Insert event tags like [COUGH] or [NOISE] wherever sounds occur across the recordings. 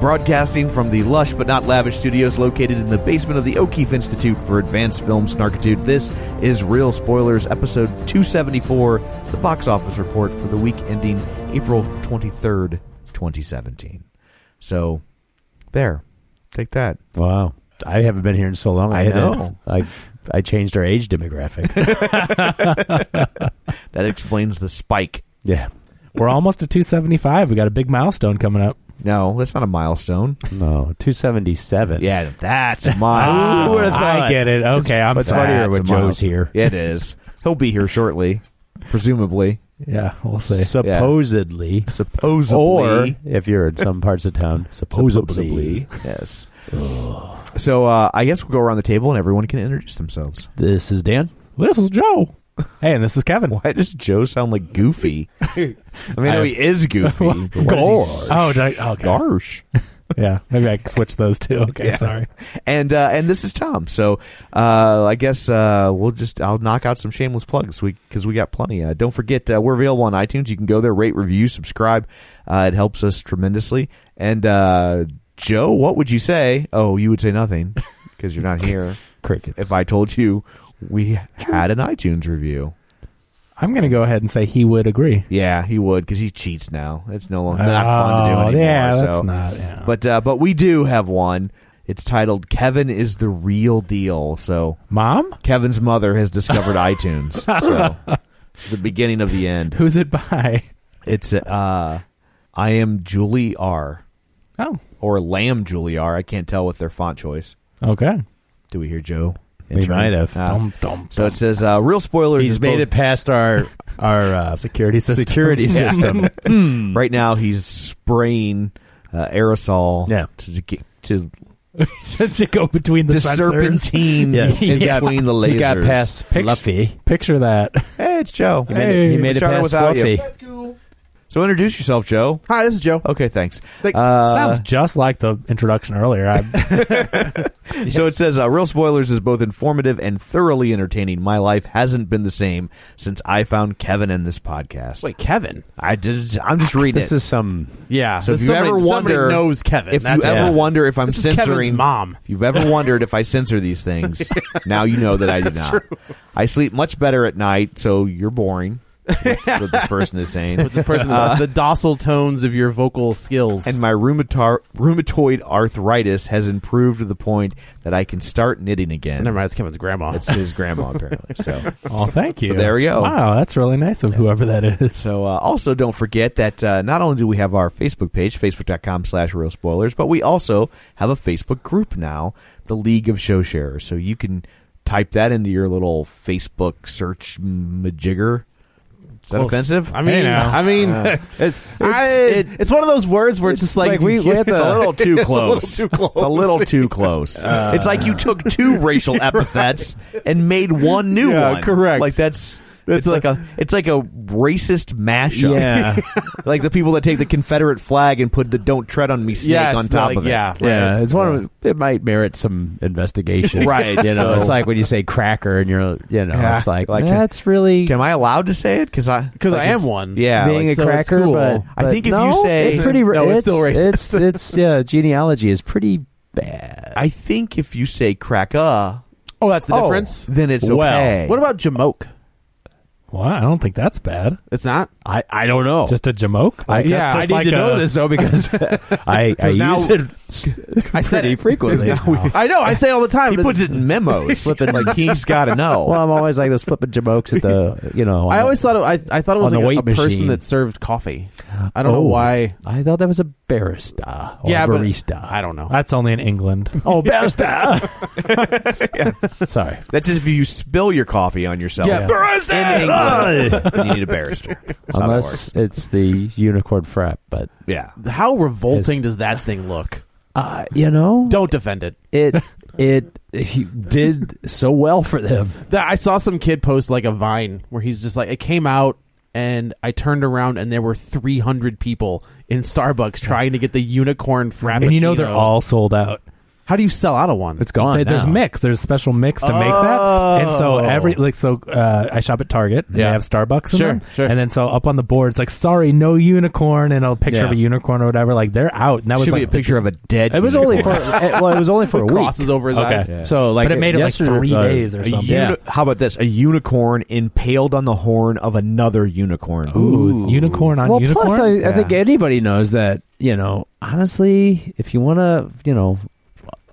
Broadcasting from the lush but not lavish studios located in the basement of the O'Keefe Institute for Advanced Film Snarkitude, this is Real Spoilers, episode 274, the box office report for the week ending April 23rd, 2017. So, there. Take that. Wow. I haven't been here in so long. I I, had know. A, I, I changed our age demographic. [LAUGHS] That explains the spike. yeah. We're almost to 275. We got a big milestone coming up. No, that's not a milestone. No, 277. Yeah, that's a milestone. Ooh, I get it. Okay, I'm That's funnier a when Joe's milestone. here. It is. He'll be here shortly, presumably. Yeah, we'll say. Supposedly. Supposedly. or if you're in some parts of [LAUGHS] town, supposedly. Yes. so uh, I guess we'll go around the table and everyone can introduce themselves. This is Dan. This is Joe. Hey, and this is Kevin. Why does Joe sound like [LAUGHS] Goofy? I mean, I know I- he is Goofy. [LAUGHS] but why does he- Oh, did I, okay. Garsh. Yeah, maybe I can switch those two. Okay, Yeah. sorry. And uh, and this is Tom. So uh, I guess uh, we'll just I'll knock out some shameless plugs because we, 'cause we got plenty. Uh, don't forget uh, we're available on iTunes. You can go there, rate, review, subscribe. Uh, it helps us tremendously. And uh, Joe, what would you say? Oh, you would say nothing because you're not [LAUGHS] here. Crickets. if I told you we had an iTunes review. I'm going to go ahead and say he would agree. Yeah, he would because he cheats now. It's no longer not fun to do Oh, anymore. Yeah, so. that's not. Yeah. But uh, but we do have one. It's titled "Kevin is the real deal." So Mom? Kevin's mother has discovered iTunes. So it's the beginning of the end. Who's it by? [LAUGHS] It's uh, I am Julie R. Oh, or Lamb Julie R. I can't tell with their font choice. okay. Do we hear Joe? We might have. Ah. Dum, dum, so it dum. says uh, real spoilers. He's is made both- it past our our [LAUGHS] uh, security system. [LAUGHS] [LAUGHS] security system. Hmm. Right now, he's spraying uh, aerosol. Yeah. to to, get- to to go between the to sensors. [LAUGHS] serpentine Yes. in He got- between the lasers. He got past Pict- Fluffy. Picture that. Hey, it's Joe. He made it, he Hey, made it started past without you. Fluffy. So introduce yourself, Joe. Hi, this is Joe. Okay, thanks. Thanks. Uh, Sounds just like the introduction earlier. I, So it says, uh, "Real spoilers is both informative and thoroughly entertaining. My life hasn't been the same since I found Kevin in this podcast. Wait, Kevin. I did. I'm just [LAUGHS] reading this it. is some. Yeah. So if this- you somebody, ever somebody wonder- knows Kevin. if That's you what ever it is. wonder if I'm This is censoring Kevin's mom. If you've ever wondered if I censor these things, now you know that I did not. I sleep much better at night, so you're boring. That's what this person is saying. Uh, The person is- the docile tones of your vocal skills. And my rheumatar- rheumatoid arthritis has improved to the point that I can start knitting again. Never mind, it's Kevin's grandma. It's his grandma apparently. So, Oh, thank you. there we go. Wow, that's really nice of whoever that is. [LAUGHS] so uh, also don't forget that uh, not only do we have our Facebook page, Facebook.com/slash Real Spoilers, but we also have a Facebook group now, the League of Show Sharers. So you can type that into your little Facebook search majigger. Is Oh, that offensive? I mean, I mean, It- I- it's, it- it's one of those words where it's, just like, we, we it's it's a little too close. It's a little too close. It's a little too close. it's like you took two racial epithets and made one new Yeah, one. correct. Like that's It's like a it's like a racist mashup. Yeah. [LAUGHS] like the people that take the Confederate flag and put the "Don't Tread on Me" snake Yes, on top like, of it. yeah, yeah, it's, one. Of, it might merit some [LAUGHS] investigation, Right, [LAUGHS] You so- know, it's like when you say cracker, and you're, you know, Yeah, it's like, like- that's really Am I allowed to say it? Because I 'Cause I am it's- one. Yeah, being like, a so it's cracker. cool. But, I but think if no, you say it's pretty, ra- No, it's still racist. It's, it's yeah, genealogy is pretty bad. I think if you say cracker, Oh, that's the Oh, difference. then it's well. okay. What about Jamoke? Well, I don't think that's bad. It's not. I, I don't know. Just a jamoke. I, Like, that's yeah, I just need like to a- know this though because [LAUGHS] I, I 'Cause now- use it I said pretty it. frequently. It's not- I know. I say it all the time. he but- puts it in memos. [LAUGHS] flipping like He's got to know. Well, I'm always like those flipping jamokes at the you know. on I the- always thought it, I, I thought it was On like the a, weight a person machine. that served coffee. I don't know Oh. why. I thought that was a barista or yeah, a but- [LAUGHS] barista. I don't know. That's only in England. Oh, barista. [LAUGHS] Sorry. That's just if you spill your coffee on yourself. Yeah, In England, [LAUGHS] then you need a barrister. That's how that works. Unless it's the unicorn frap, but yeah, How revolting does that thing look? uh, you know, Don't defend it. it it he did so well for them. That- I saw some kid post like a Vine where he's just like, it came out and I turned around and there were 300 people in Starbucks trying to get the unicorn frappuccino. and you know they're all sold out. How do you sell out of one? It's gone. There- there's now. mix. There's special mix to make that. And so every like so uh, I shop at Target and Yeah. they have Starbucks in Sure, them. sure. And then so up on the board it's like sorry, no unicorn and a picture Yeah. of a unicorn or whatever. Like they're out. And that was should like be a picture of a dead. It was only for [LAUGHS] unicorn. it, well, it was only for a week. crosses over his Okay. eyes. Yeah. So like But it made it, like, yesterday- three uh, days or a something. year- Uni- How about this? A unicorn impaled on the horn of another unicorn. Ooh, unicorn on well, unicorn. plus I, I Yeah. think anybody knows that you know. Honestly, if you want to, you know,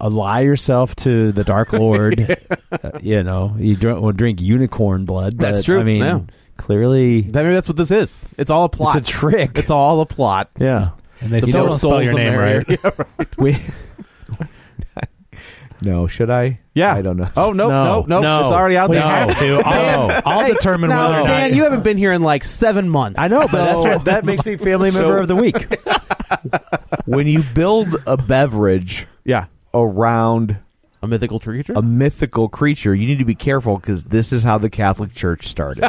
ally yourself to the [LAUGHS] Dark Lord, uh, you know, you don't want to drink unicorn blood. But, That's true, I mean, yeah. clearly, That- maybe that's what this is. It's all a plot. it's a trick. It's all a plot. yeah. and they The still more don't spell souls, your the name merrier. right. [LAUGHS] [LAUGHS] We, No, should I? Yeah. I don't know. Oh, no, no, no. No. It's already out We there. have to. I'll, I'll determine [LAUGHS] Now, whether or not. Dan, you haven't been here in like seven months. I know, but So- that's, that makes me family member So- of the [LAUGHS] week. When you build a beverage yeah, around a mythical creature. a mythical creature, you need to be careful because this is how the Catholic Church [LAUGHS] started.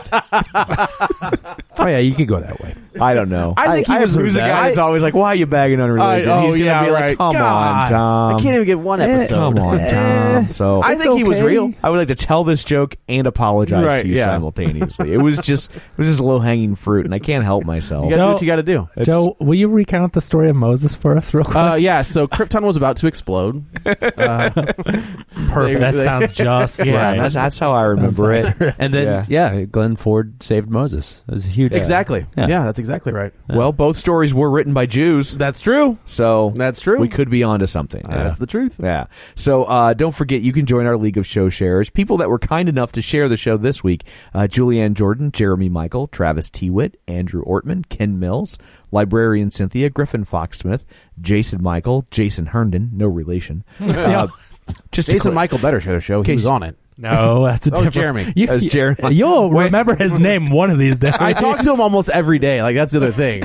Oh yeah, you could go that way. I don't know. I think he was- who's the that. guy that's always like, "Why are you bagging on religion?" I- He's gonna be like, "Come Oh, God. on, Tom. I can't even get one Eh, episode. Come on, Tom." Eh. So I think he was okay. real. I would like to tell this joke and apologize Right, to you yeah. simultaneously. it was just it was just low hanging fruit, and I can't help myself. You gotta do Don't- what you gotta do. Joe, will you recount the story of Moses for us real quick? Uh, yeah, so Krypton was about to explode. Perfect. That sounds just yeah, right. that's, [LAUGHS] that's how I remember it. And then yeah. Glenn Ford saved Moses. It was a huge Exactly. Yeah. Yeah. that's exactly right. Well, both stories were written by Jews, That's true. so That's true. We could be onto something. That's the truth. Yeah. So uh, don't forget, you can join our League of Show Sharers. People that were kind enough to share the show this week uh, Julianne Jordan, Jeremy Michael, Travis Tewitt, Andrew Ortman, Ken Mills, Librarian Cynthia, Griffin Foxsmith, Jason Michael, Jason Herndon, no [LAUGHS] relation. Uh, just to Jason clear- Michael better show show. He Case- was on it. no, that's a That was different. Jeremy. You, That was Jeremy. You'll remember his name one of these days. I talk to him almost every day. Like that's the other [LAUGHS] thing.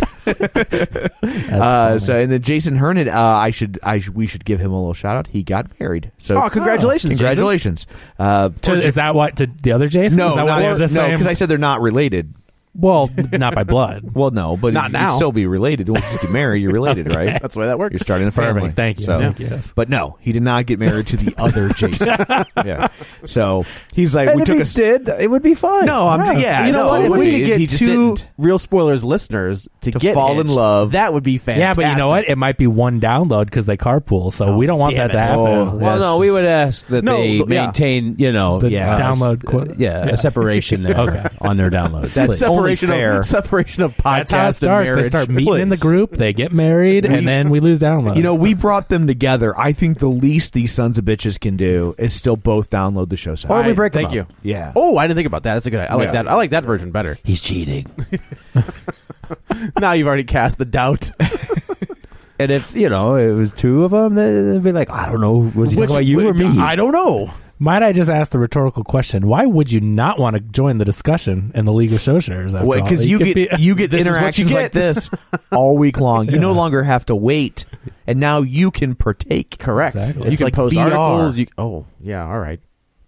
Uh, so and then Jason Herndon, uh, I should I sh- we should give him a little shout out. He got married. So Oh, congratulations, Jason. congratulations. Uh, To- or J- [LAUGHS] is that what to the other Jason? no, is that not- why they're no, the same? because I said they're not related. well, not [LAUGHS] by blood. Well, no, but Not you'd now. still be related. Once you get married, you're [LAUGHS] related, right? That's the way that works. You're starting a family. Perfect. Thank you. So, Thank you. Yes. But no, he did not get married to the [LAUGHS] other Jason. yeah. So he's like, we took a. s- did, it would be fun. no, I'm yeah. you know no, what? If he- we could he get just 2 didn't. real spoilers listeners to, To get fall in hitched, love. that would be fantastic. Yeah, but you know what? It might be one download because they carpool, so we don't want damn that to it. happen. well, Oh, yes. no, we would ask that No, they yeah. maintain, you know, The yeah, download uh, quota. yeah, Yeah. a separation [LAUGHS] there Okay. on their downloads. That's please. only separation [LAUGHS] fair. of separation of podcast That's how it starts. They and marriage. start meeting in the Please. group, they get married, and then we lose downloads. You know, we brought them together. I think the least these sons of bitches can do is still both download the show. Or we I- break 'em Thank up. you. Yeah. Oh, I didn't think about that. That's a good. idea. I like Yeah. that. I like that version better. He's cheating. now you've already cast the doubt. And if you know it was two of them, they'd be like, I don't know, was he talking about you or me? I don't know. might I just ask the rhetorical question? Why would you not want to join the discussion in the League of Show Sharers? after all? because It you could get be- [LAUGHS] you get This is what interactions you like this [LAUGHS] all week long. You no longer have to wait, and now you can partake. Correct. Exactly. You It's can like post VR. articles. You, oh, yeah. All right.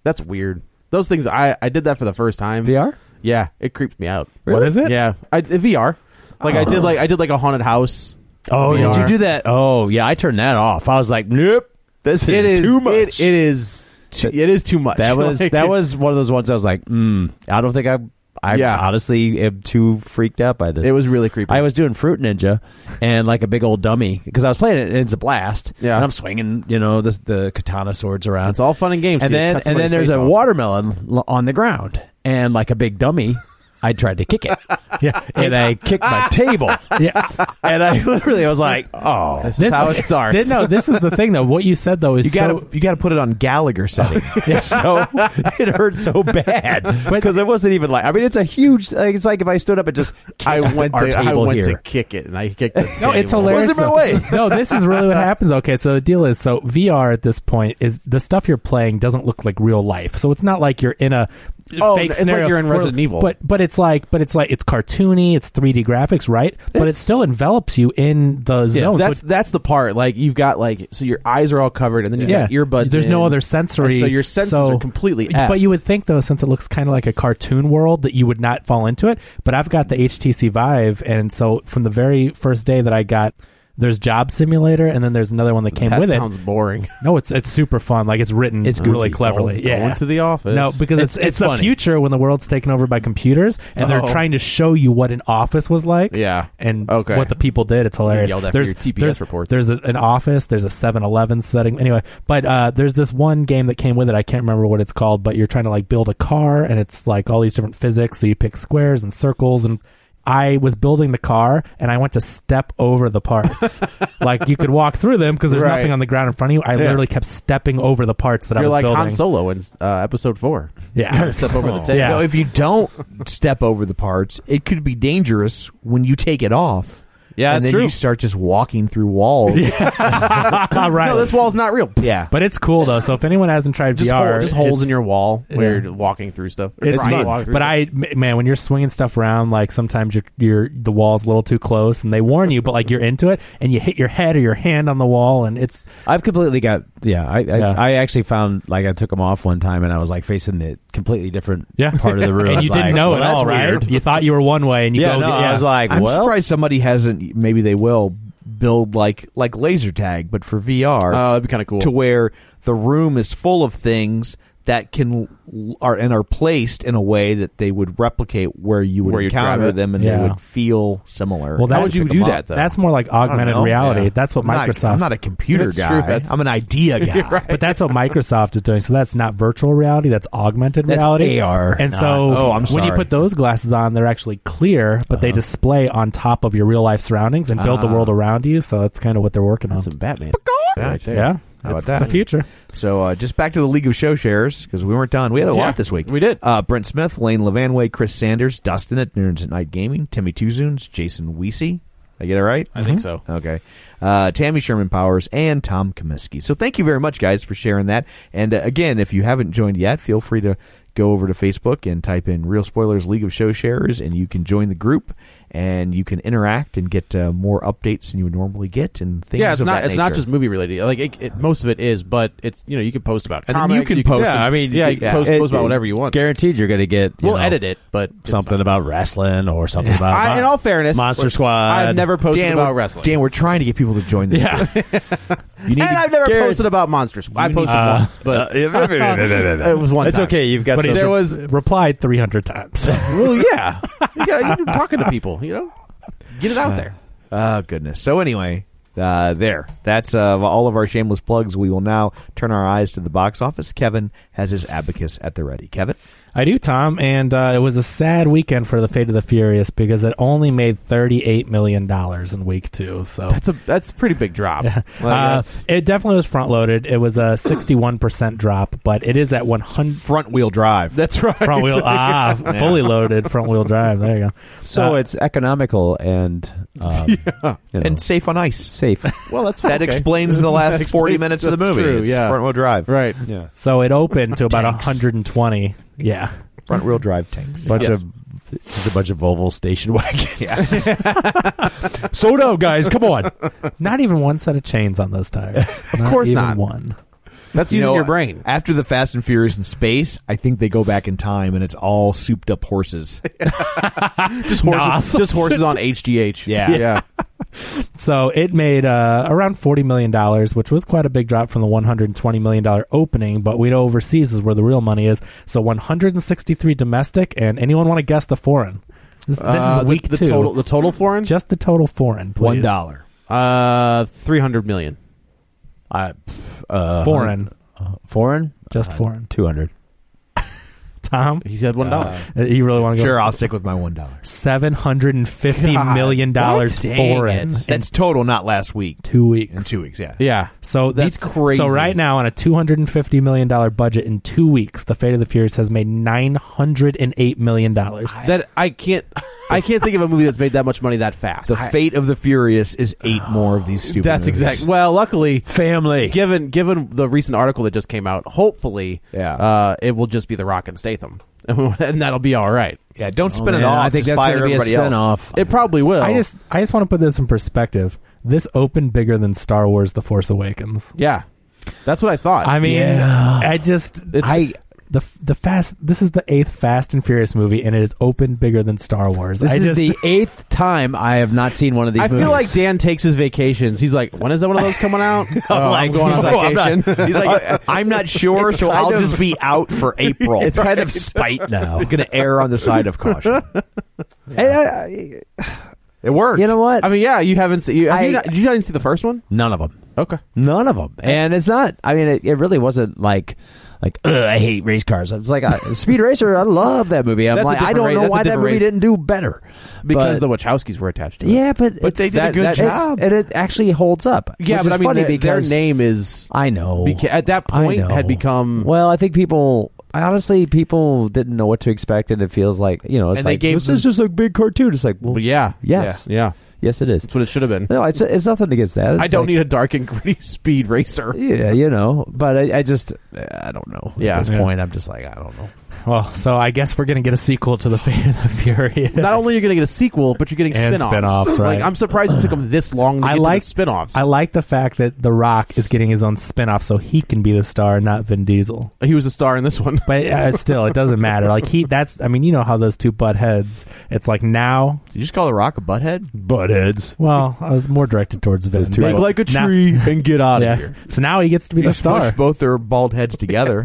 That's weird. Those things. I I did that for the first time. VR? Yeah, it creeps me out. What Really? is it? Yeah, I, the VR. Like I did, like I did, like a haunted house. Oh, did VR. you do that? Oh, yeah, I turned that off. I was like, nope, this is, It is too much. It, it is. Too, it is too much. that was [LAUGHS] Like, that it- was one of those ones I was like, mm, I don't think I, I Yeah. honestly am too freaked out by this. It was really creepy. I was doing Fruit Ninja and like a big old dummy because I was playing it and it's a blast. Yeah. and I'm swinging, you know, the, the katana swords around. It's all fun and games. and till you then cut and then there's somebody's face a off. watermelon l- on the ground and like a big dummy. I tried to kick [LAUGHS] it, Yeah. and I kicked my table, [LAUGHS] yeah. and I [LAUGHS] literally was like, "Oh, This, is [LAUGHS] how it starts. Then, no, this is the thing though. What you said though is You gotta so, you gotta put it on Gallagher [LAUGHS] setting. [LAUGHS] It's so it hurt so bad because it wasn't even like I mean it's a huge like, it's like if I stood up and just I went our to I table went here. to kick it, and I kicked the [LAUGHS] No, it's table. hilarious. Wasn't my though. way. [LAUGHS] no, this is really what happens. Okay, so the deal is so VR at this point is the stuff you're playing doesn't look like real life. So it's not like you're in a Oh, fake it's like scenario. you're in where- Resident Evil. But but it's like but it's like it's cartoony, it's 3D graphics, right? But it still envelops you in the zone. So That's that's the part. Like you've got like so your eyes are all covered, and then you yeah, got earbuds. There's no in. other sensory, So your senses so- are completely. But you effed. would think though, since it looks kind of like a cartoon world, that you would not fall into it. But I've got the HTC Vive, and so from the very first day that I got, there's Job Simulator, and then there's another one that came That with sounds it. boring. [LAUGHS] No, it's it's super fun. Like it's written, it's really cleverly. Going- yeah, going to the office. No, because it's It's- it's, it's the funny. future when the world's taken over by computers, and they're Oh. trying to show you what an office was like. Yeah. and Okay. what the people did. It's hilarious. yelled after your TPS there's, reports. There's a, an office. There's a 7-Eleven setting. Anyway, but uh, there's this one game that came with it. I can't remember what it's called, but you're trying to like build a car, and it's like all these different physics. So you pick squares and circles and. I was building the car and I went to step over the [LAUGHS] parts. like you could walk through them because there's Right. nothing on the ground in front of you. I literally kept stepping over the parts that I You're was like building. Han Solo in uh, Episode Four. Yeah. [LAUGHS] step over the [LAUGHS] table. Yeah. No, if you don't step over the parts, it could be dangerous when you take it off. Yeah, and that's then true. you start just walking through [LAUGHS] walls. All right. No, this wall's not real. yeah. But it's cool though. So if anyone hasn't tried Just, VR, hole- just holes in it's- your wall where yeah. you're walking through stuff. It's Trying to fun. walk through But stuff. I, m- man, when you're swinging stuff around, like sometimes you're, you're the wall's a little too close, and they warn you, but like you're into it, and you hit your head or your hand on the wall, and it's I've completely got yeah I, I Yeah. I actually found like I took them off one time and I was like facing the completely different Yeah. part of [LAUGHS] the room and I was you didn't like, know well, it that's all, right? weird. You thought you were one way, and you yeah, go, no, yeah. I was like I'm well surprised somebody hasn't. Maybe they will build like like laser tag, but for VR. Oh, that'd be kind of cool. to where the room is full of things that can are and are placed in a way that they would replicate where you would Where you'd grab encounter it. them and Yeah. they would feel similar. well, that How would would you pick 'em do up? that? Though. That's more like I don't augmented know. reality. Yeah. That's what I'm not- Microsoft. I'm not a computer That's guy. true, that's- I'm an idea guy. but that's what Microsoft is doing. So that's not virtual reality. That's augmented That's reality. AR, And not- so oh, I'm when you sorry. Uh-huh. put those glasses on, they're actually clear, but they display on top of your real life surroundings and build the Ah. world around you. So that's kind of what they're working on. some Batman. Right there. Yeah. How about it's that? The future. So uh, just back to the League of Show Sharers because we weren't done. We had a lot this week. we did. Uh, Brent Smith, Lane Levanway, Chris Sanders, Dustin at Nerds at Night Gaming, Timmy Tuzoons, Jason Weesey. I get it right. Mm-hmm. I think so. Okay. Uh, Tammy Sherman Powers and Tom Comiskey. So thank you very much, guys, for sharing that. And uh, again, if you haven't joined yet, feel free to go over to Facebook and type in Real Spoilers League of Show Sharers, and you can join the group and you can interact and get uh, more updates than you would normally get and things Yeah, it's of not. that It's not nature. just movie related. Like it, it, most of it is, but it's you know you can post about And then you comics, can post Yeah, I mean, yeah, you can yeah, post, it- post about whatever you want. guaranteed you're gonna get you we'll know, edit it, but it's something fine. about wrestling or something about I, in all fairness, Monster Squad I've never posted Dan, about we're- wrestling. Dan, we're trying to get people to join this. [LAUGHS] group. you need and I've never Garrett- posted about Monster Squad. I posted uh, once, [LAUGHS] [LAUGHS] but it it was one It's time. okay. You've got But some- there was replied 300 times. [LAUGHS] [LAUGHS] well, yeah, you gotta, you're talking to people. You know, get it out there. Oh goodness. So anyway, uh, there. That's uh, all of our shameless plugs. We will now turn our eyes to the box office. Kevin has his abacus at the ready. Kevin, I do, Tom, and uh, it was a sad weekend for the Fate of the Furious because it only made thirty-eight million dollars in week two. So [LAUGHS] That's a that's a pretty big drop. Like, uh, that's- it definitely was front-loaded. It was a sixty-one percent drop, but it is at one [LAUGHS] hundred front wheel drive. that's right. front wheel ah fully loaded front wheel drive. There you go. so Uh, it's economical and [LAUGHS] um, you know, and uh, safe on ice. safe. Well, that's That okay. explains [LAUGHS] the last That forty explains- minutes of the that's movie. true, It's yeah. front wheel drive. Right. yeah, so it opened to about Tanks. hundred and twenty. Yeah. Front wheel drive tanks. bunch Yes. of just a bunch of Volvo [LAUGHS] station wagons. so [LAUGHS] no, guys, come on. Not even one set of chains on those tires. Of course not. One. That's You using know, your brain. After the Fast and Furious in space, I think they go back in time and it's all souped up horses. Just horses, Nah. just horses on HGH. Yeah. yeah. So it made uh, around forty million dollars, which was quite a big drop from the one hundred twenty million dollar opening. But we know overseas is where the real money is. So one hundred and sixty three domestic, and anyone want to guess the foreign? This, this Uh, is week the, the two. Total, the total foreign, Just the total foreign, please. One dollar. uh, three hundred million. I, pff, uh, foreign, foreign, just foreign. two hundred. Tom, He said one dollar. uh, you really want to go? Sure, I'll stick with my one dollar. Seven hundred and fifty million dollars foreign. in That's total, not last week. Two weeks. In two weeks, yeah. yeah, So that's That's crazy. So right now, on a two hundred and fifty million dollar budget in two weeks, The Fate of the Furious has made nine hundred and eight million dollars. that I can't. I can't think of a movie that's made that much money that fast. The fate of the furious is eight more of these stupid. that's movies. exact. Well, luckily, Family. given given the recent article that just came out, hopefully, Yeah. uh, it will just be The Rock and Statham, [LAUGHS] and that'll be all right. Yeah, don't spin Oh, man, it off. I think just that's fire gonna be a everybody else. spinoff. It probably will. I just I just want to put this in perspective. This opened bigger than Star Wars: The Force Awakens. yeah, that's what I thought. I mean, Yeah. I just It's- I the the fast. This is the eighth Fast and Furious movie, and it has opened bigger than Star Wars. This I is just the eighth time I have not seen one of these. I movies. feel like Dan takes his vacations. He's like, when is that one of those [LAUGHS] coming out? oh, I'm going he's on like, vacation. I'm [LAUGHS] not, he's like, I'm not sure, It's so kind I'll of- just be out [LAUGHS] for April. it's kind of spite now. going to err on the side of caution. And I- It worked. you know what? I mean, yeah, you haven't seen. You, have you I- not, did you not even see the first one? None of them. Okay. None of them. And it's not. I mean, it, it really wasn't like. Like Ugh, I hate race cars. I was like uh, Speed Racer. I love that movie. I'm That's a like I different don't race- know that's a why that different movie race. didn't do better Because But- the Wachowskis were attached to it. yeah, but But they it's- did a good that- it's- job. and it actually holds up. yeah, which is but I mean, funny their, their because name is I know beca- at that I point know. had become. Well, I think people. I honestly, people didn't know what to expect, and it feels like you know, it's And they like gave this them- is just a big cartoon. It's like, well, Well, yeah, Yes. yeah, yeah. yes, it is. That's what it should have been. No, it's it's nothing against that. It's I don't like- need a dark and gritty [LAUGHS] speed racer. Yeah, you know, but I, I just I don't know. Yeah. at this Yeah. point, I'm just like I don't know. well. So I guess we're gonna get a sequel to The Fate of the Furious. Not only are you going to get a sequel, but you're getting And spin-offs. spin-offs, right. Like I'm surprised it took them this long [LAUGHS] to I get like- to the spin-offs. I like the fact that The Rock is getting his own spin off so he can be the star, not Vin Diesel. he was a star in [LAUGHS] this one. But uh, still, it doesn't matter. Like he, that's. I mean, you know how those two butt heads. It's like now. Did you just call The Rock a butthead? Buttheads. Well, I was more directed towards Vin. two but butt- Like a now- tree and get out yeah. So now he gets to [LAUGHS] be the star. both their bald heads together.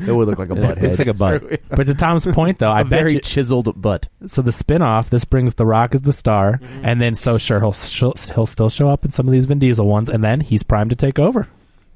it would look like a butthead. It's like a butt. But to Tom's point, though, I A bet very you, chiseled butt. so. The spin off. This brings The Rock as the star, Mm-hmm. and then so sure he'll she'll- he'll still show up in some of these Vin Diesel ones, and then he's primed to take over.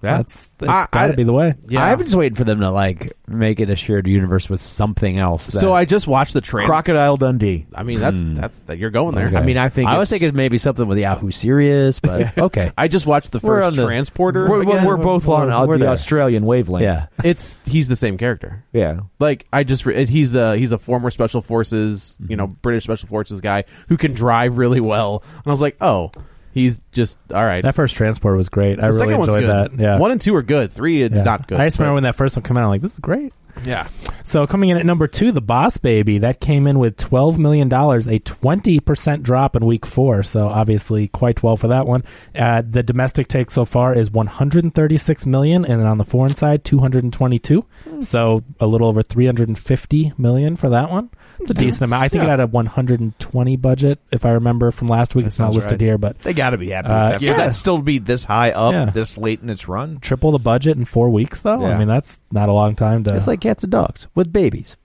Yeah. That's, I- that's got to I- be the way. I'm just waiting for them to like make it a shared universe with something else. That, So I just watched the trailer. Crocodile Dundee. I mean, that's that's that you're going there. Okay. I mean, I think I was it's- thinking maybe something with Yahoo Serious, but okay. I just watched the We're first on the- transporter. We're- we're- again. we're both on the Australian wavelength. yeah, It's he's the same character. yeah. Like I just re- he's the he's a former special forces, you know, British special forces guy who can drive really well. And I was like, "Oh, he's just all right." That first transport was great. I the really second one's enjoyed good. that. Yeah. One and two are good. Three is Yeah. not good. I just remember but- when that first one came out. I'm like, this is great. Yeah. So coming in at number two, the Boss Baby that came in with twelve million dollars, a twenty percent drop in week four. So obviously quite well for that one. Uh, the domestic take so far is one hundred and thirty six million, and then on the foreign side, two hundred and twenty two. Hmm. So a little over three hundred and fifty million for that one. It's a decent amount. I think it had a one hundred and twenty budget, if I remember from last week. it's not sounds listed right. here, but They got to be happy. Uh, with that. yeah. For that still to be this high up, Yeah. this late in its run. triple the budget in four weeks though. I Yeah. mean that's not a long time to it's like cats and dogs with babies.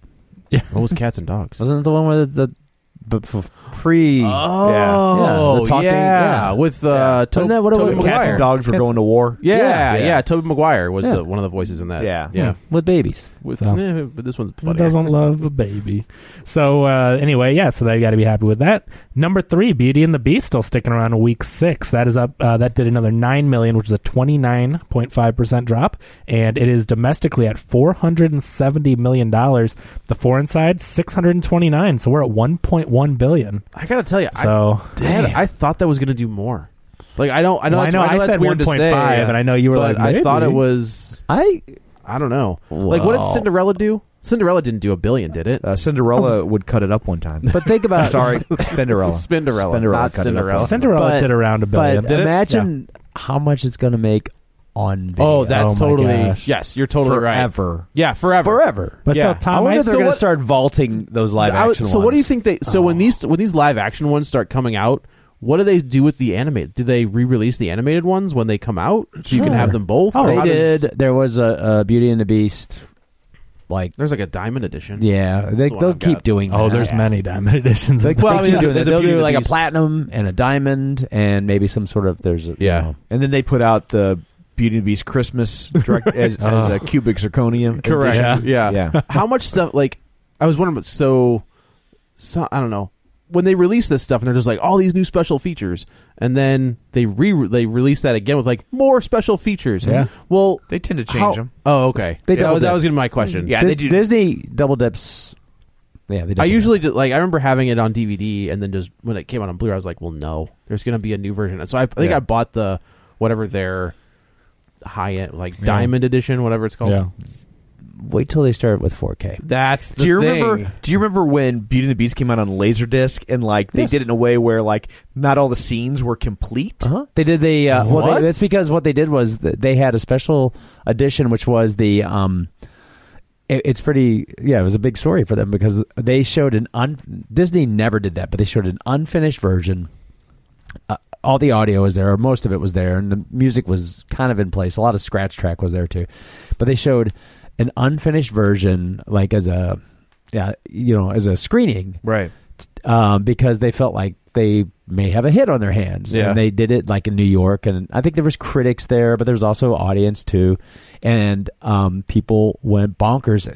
What Oh, was cats and dogs? Wasn't it [LAUGHS] the one where the, the b- f- Oh. pre? Oh, yeah, the talking- yeah. with uh, Isn't Toby, that what it Toby was? Maguire. Cats and dogs were Cats- going to war. Yeah, yeah, Yeah, yeah. Toby Maguire was Yeah. the one of the voices in that. Yeah. yeah. with babies. With, So- eh, but this one's Who funny. doesn't [LAUGHS] love a baby? So uh, anyway, yeah. So they got to be happy with that. Number three, Beauty and the Beast, still sticking around in week six. That is up. Uh, that did another nine million, which is a twenty nine point five percent drop, and it is domestically at four hundred and seventy million dollars. The foreign side six hundred and twenty nine. So we're at one point one billion. I gotta tell you, So I, man, I thought that was gonna do more. Like I don't, I know, Well, I that's, know, I that's said weird to say, 1.5, and I know you were but like, I thought it maybe. was, I I don't know. Like what did Wow. Cinderella do? Cinderella didn't do a billion, did it? Uh, Cinderella would cut it up one time. but uh, think about Sorry, Spinderella. Spinderella, Spinderella not cut it up. Cinderella. Cinderella Oh, But- did around a billion. But imagine how much it's going to make on video. Oh, my that's totally gosh. yes. You're totally right. Forever. yeah, forever, Forever. But Yeah. so Tom, I wonder I- if they're so going to what- start vaulting those live I would- action so what do you ones. think they? So Oh. when these when these live action ones start coming out, what do they do with the animated? Do they re-release the animated ones when they come out so you can have them both? Oh, Or how they does- did. There was a, a Beauty and the Beast, like There's like a diamond edition. yeah, they, That's the one they'll I've keep got. doing. Oh, that. there's many diamond editions. Like, of well, Well, I I mean, doing that. there's a They'll Beauty do and the like a Beast. platinum and a diamond and maybe some sort of there's a, Yeah. You know, And then they put out the Beauty and the Beast Christmas direct [LAUGHS] as, as Oh. a uh, cubic zirconium. Correct. edition. Yeah. Yeah. how much stuff? Like I was wondering. So, so I don't know when they release this stuff and they're just like all these new special features, and then they re they release that again with like more special features. Yeah. Well, They tend to change how- them. Oh, okay. They Yeah, double that dip. was gonna be my question. Yeah, Di- they do. Disney double dips. Yeah, they. Double I dip. usually just, like I remember having it on DVD, and then just when it came out on Blu-ray, I was like, "Well, no, there's going to be a new version." And so I, I think Yeah. I bought the whatever their high end, like Diamond Edition, whatever it's called. yeah. wait till they start with 4K. That's the do you thing. remember? Do you remember when Beauty and the Beast came out on Laserdisc and like they did it in a way where like not all the scenes were complete? Uh-huh. They did the uh, well. What? They, that's because what they did was th- they had a special edition, which was the um. it- it's pretty, yeah. It was a big story for them because they showed an un. Disney never did that, but they showed an unfinished version. Uh, all the audio was there, or most of it was there, and the music was kind of in place. A lot of scratch track was there too, but they showed an unfinished version, like as a, yeah, you know, as a screening Right. um, because they felt like they may have a hit on their hands. Yeah. And they did it like in New York, and I think there was critics there, but there was also audience too, and um, people went bonkers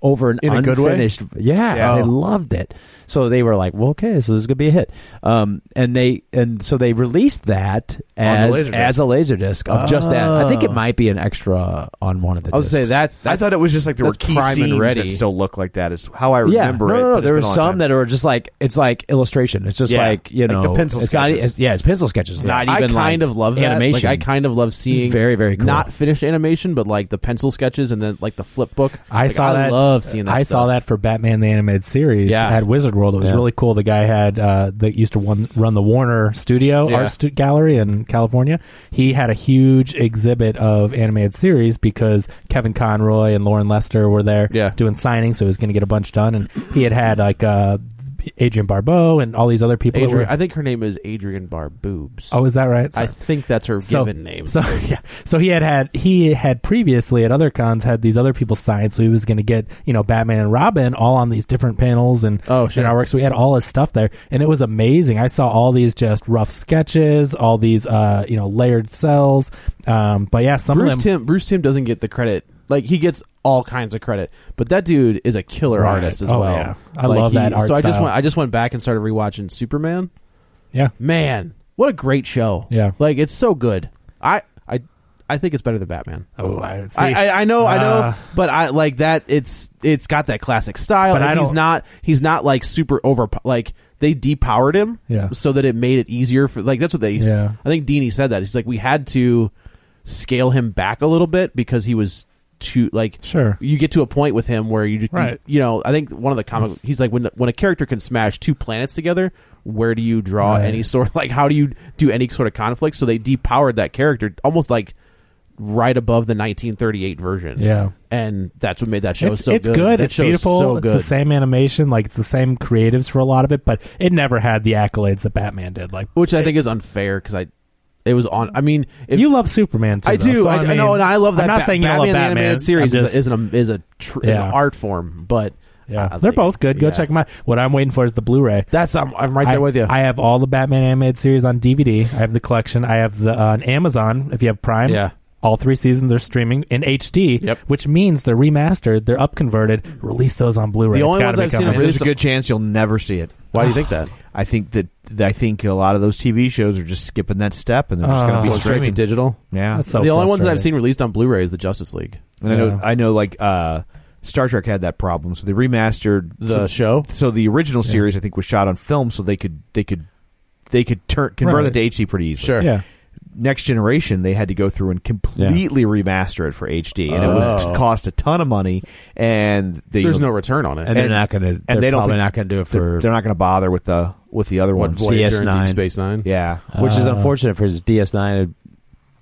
over an In a good way? unfinished. Yeah, Yeah. they loved it. So they were like, "Well, okay, so this is gonna be a hit." Um, and they and so they released that as Laserdisc. Ah. as a laser disc of just that. I think it might be an extra on one of the. I was discs. gonna say that's, that's I thought it was just like there were that's key prime scenes and that ready. still look like that. Is how I remember it. yeah. No, but no, no. it's been There were a long time. some that are just like it's like illustration. It's just Yeah. like you Like know the pencil it's not- e-, sketches. it's- yeah, it's pencil sketches. Not I even kind like, of love that. animation. Like I kind of love seeing Very, very cool. not finished animation, but like the pencil sketches and then like the flip book. I Like, saw that. love seeing that. I saw stuff. that for Batman the Animated Series Yeah. at Wizard World. It was Yeah. really cool. The guy had uh, that used to one, run the Warner Studio Yeah. Art stu- Gallery in California. He had a huge exhibit of animated series because Kevin Conroy and Lauren Lester were there Yeah. doing signings, so he was going to get a bunch done. And he had had like uh, Adrian Barbeau and all these other people. that Adrian, were- I think her name is Adrian Barboobs. oh, is that right? Sorry. I think that's her So- given name. So [LAUGHS] yeah, so he had had he had previously at other cons had these other people signed, so he was going to get you know Batman and Robin all on these different panels and Oh, and sure. artworks. We had all his stuff there, and it was amazing. I saw all these just rough sketches, all these uh you know layered cells. Um, but yeah, some Bruce of them. Tim Bruce Tim doesn't get the credit. Like he gets all kinds of credit, but that dude is a killer Right. artist as Oh, well. yeah. I Like, love he- that art So I just style. went I just went back and started rewatching Superman. yeah, Man, what a great show. Yeah. Like it's so good. I I I think it's better than Batman. oh, I would see. I, I, I know, I Uh, know, but I like that. It's it's got that classic style. But and I he's don't- not he's not like super over like they depowered him, Yeah. so that it made it easier for like that's what they. Yeah. I think Dini said that he's like we had to scale him back a little bit because he was too like Sure. you get to a point with him where you just Right. you, know I think one of the comic he's like when when a character can smash two planets together where do you draw Right. any sort [LAUGHS] like how do you do any sort of conflict so they depowered that character almost like right above the 1938 version. Yeah. and that's what made that show it's, so it's good. good. That It's show's beautiful. So It's the good. same animation. Like it's the same creatives for a lot of it, but it never had the accolades that Batman did. Like which I think is unfair because I, it was on. I mean, if, you love Superman too. I though, do. so I, I, I know, mean, and I love that. I'm not Bat- saying you Batman, love the Batman animated series I'm is, just- a, is an is a tr- is an Yeah. art form, but Yeah, I- I they're think- both good. Go yeah. check them out. What I'm waiting for is the Blu-ray. That's I'm, I'm right there I, with you. I have all the Batman animated series on DVD. I have the collection. I have the uh, on Amazon if you have Prime. Yeah. All three seasons are streaming in HD, Yep. which means they're remastered, they're upconverted. Release those on Blu-ray. It's The only gotta ones be I've seen coming. are And really there's a good chance you'll never see it. Why do you [SIGHS] think that? I think that I think a lot of those TV shows are just skipping that step and they're just going Uh, to be Going Straight to streaming. digital. Yeah, That's so the only ones that I've frustrating. seen released on Blu-ray is the Justice League. and I know Yeah. I know like uh, Star Trek had that problem, so they remastered The so, show. So the original series I think was shot on film, so they could they could they could turn convert Right. it to HD pretty easily. Sure. Yeah. Next generation, they had to go through and completely remaster it for HD, and it was Oh. cost a ton of money, and they, There's no return on it. and they're not gonna. and they they're don't probably think- not gonna do it they're, for. they're not going to bother with the with the other what ones. Voyager and DS9. Deep Space Nine. Yeah, which is Uh, unfortunate for his DS9.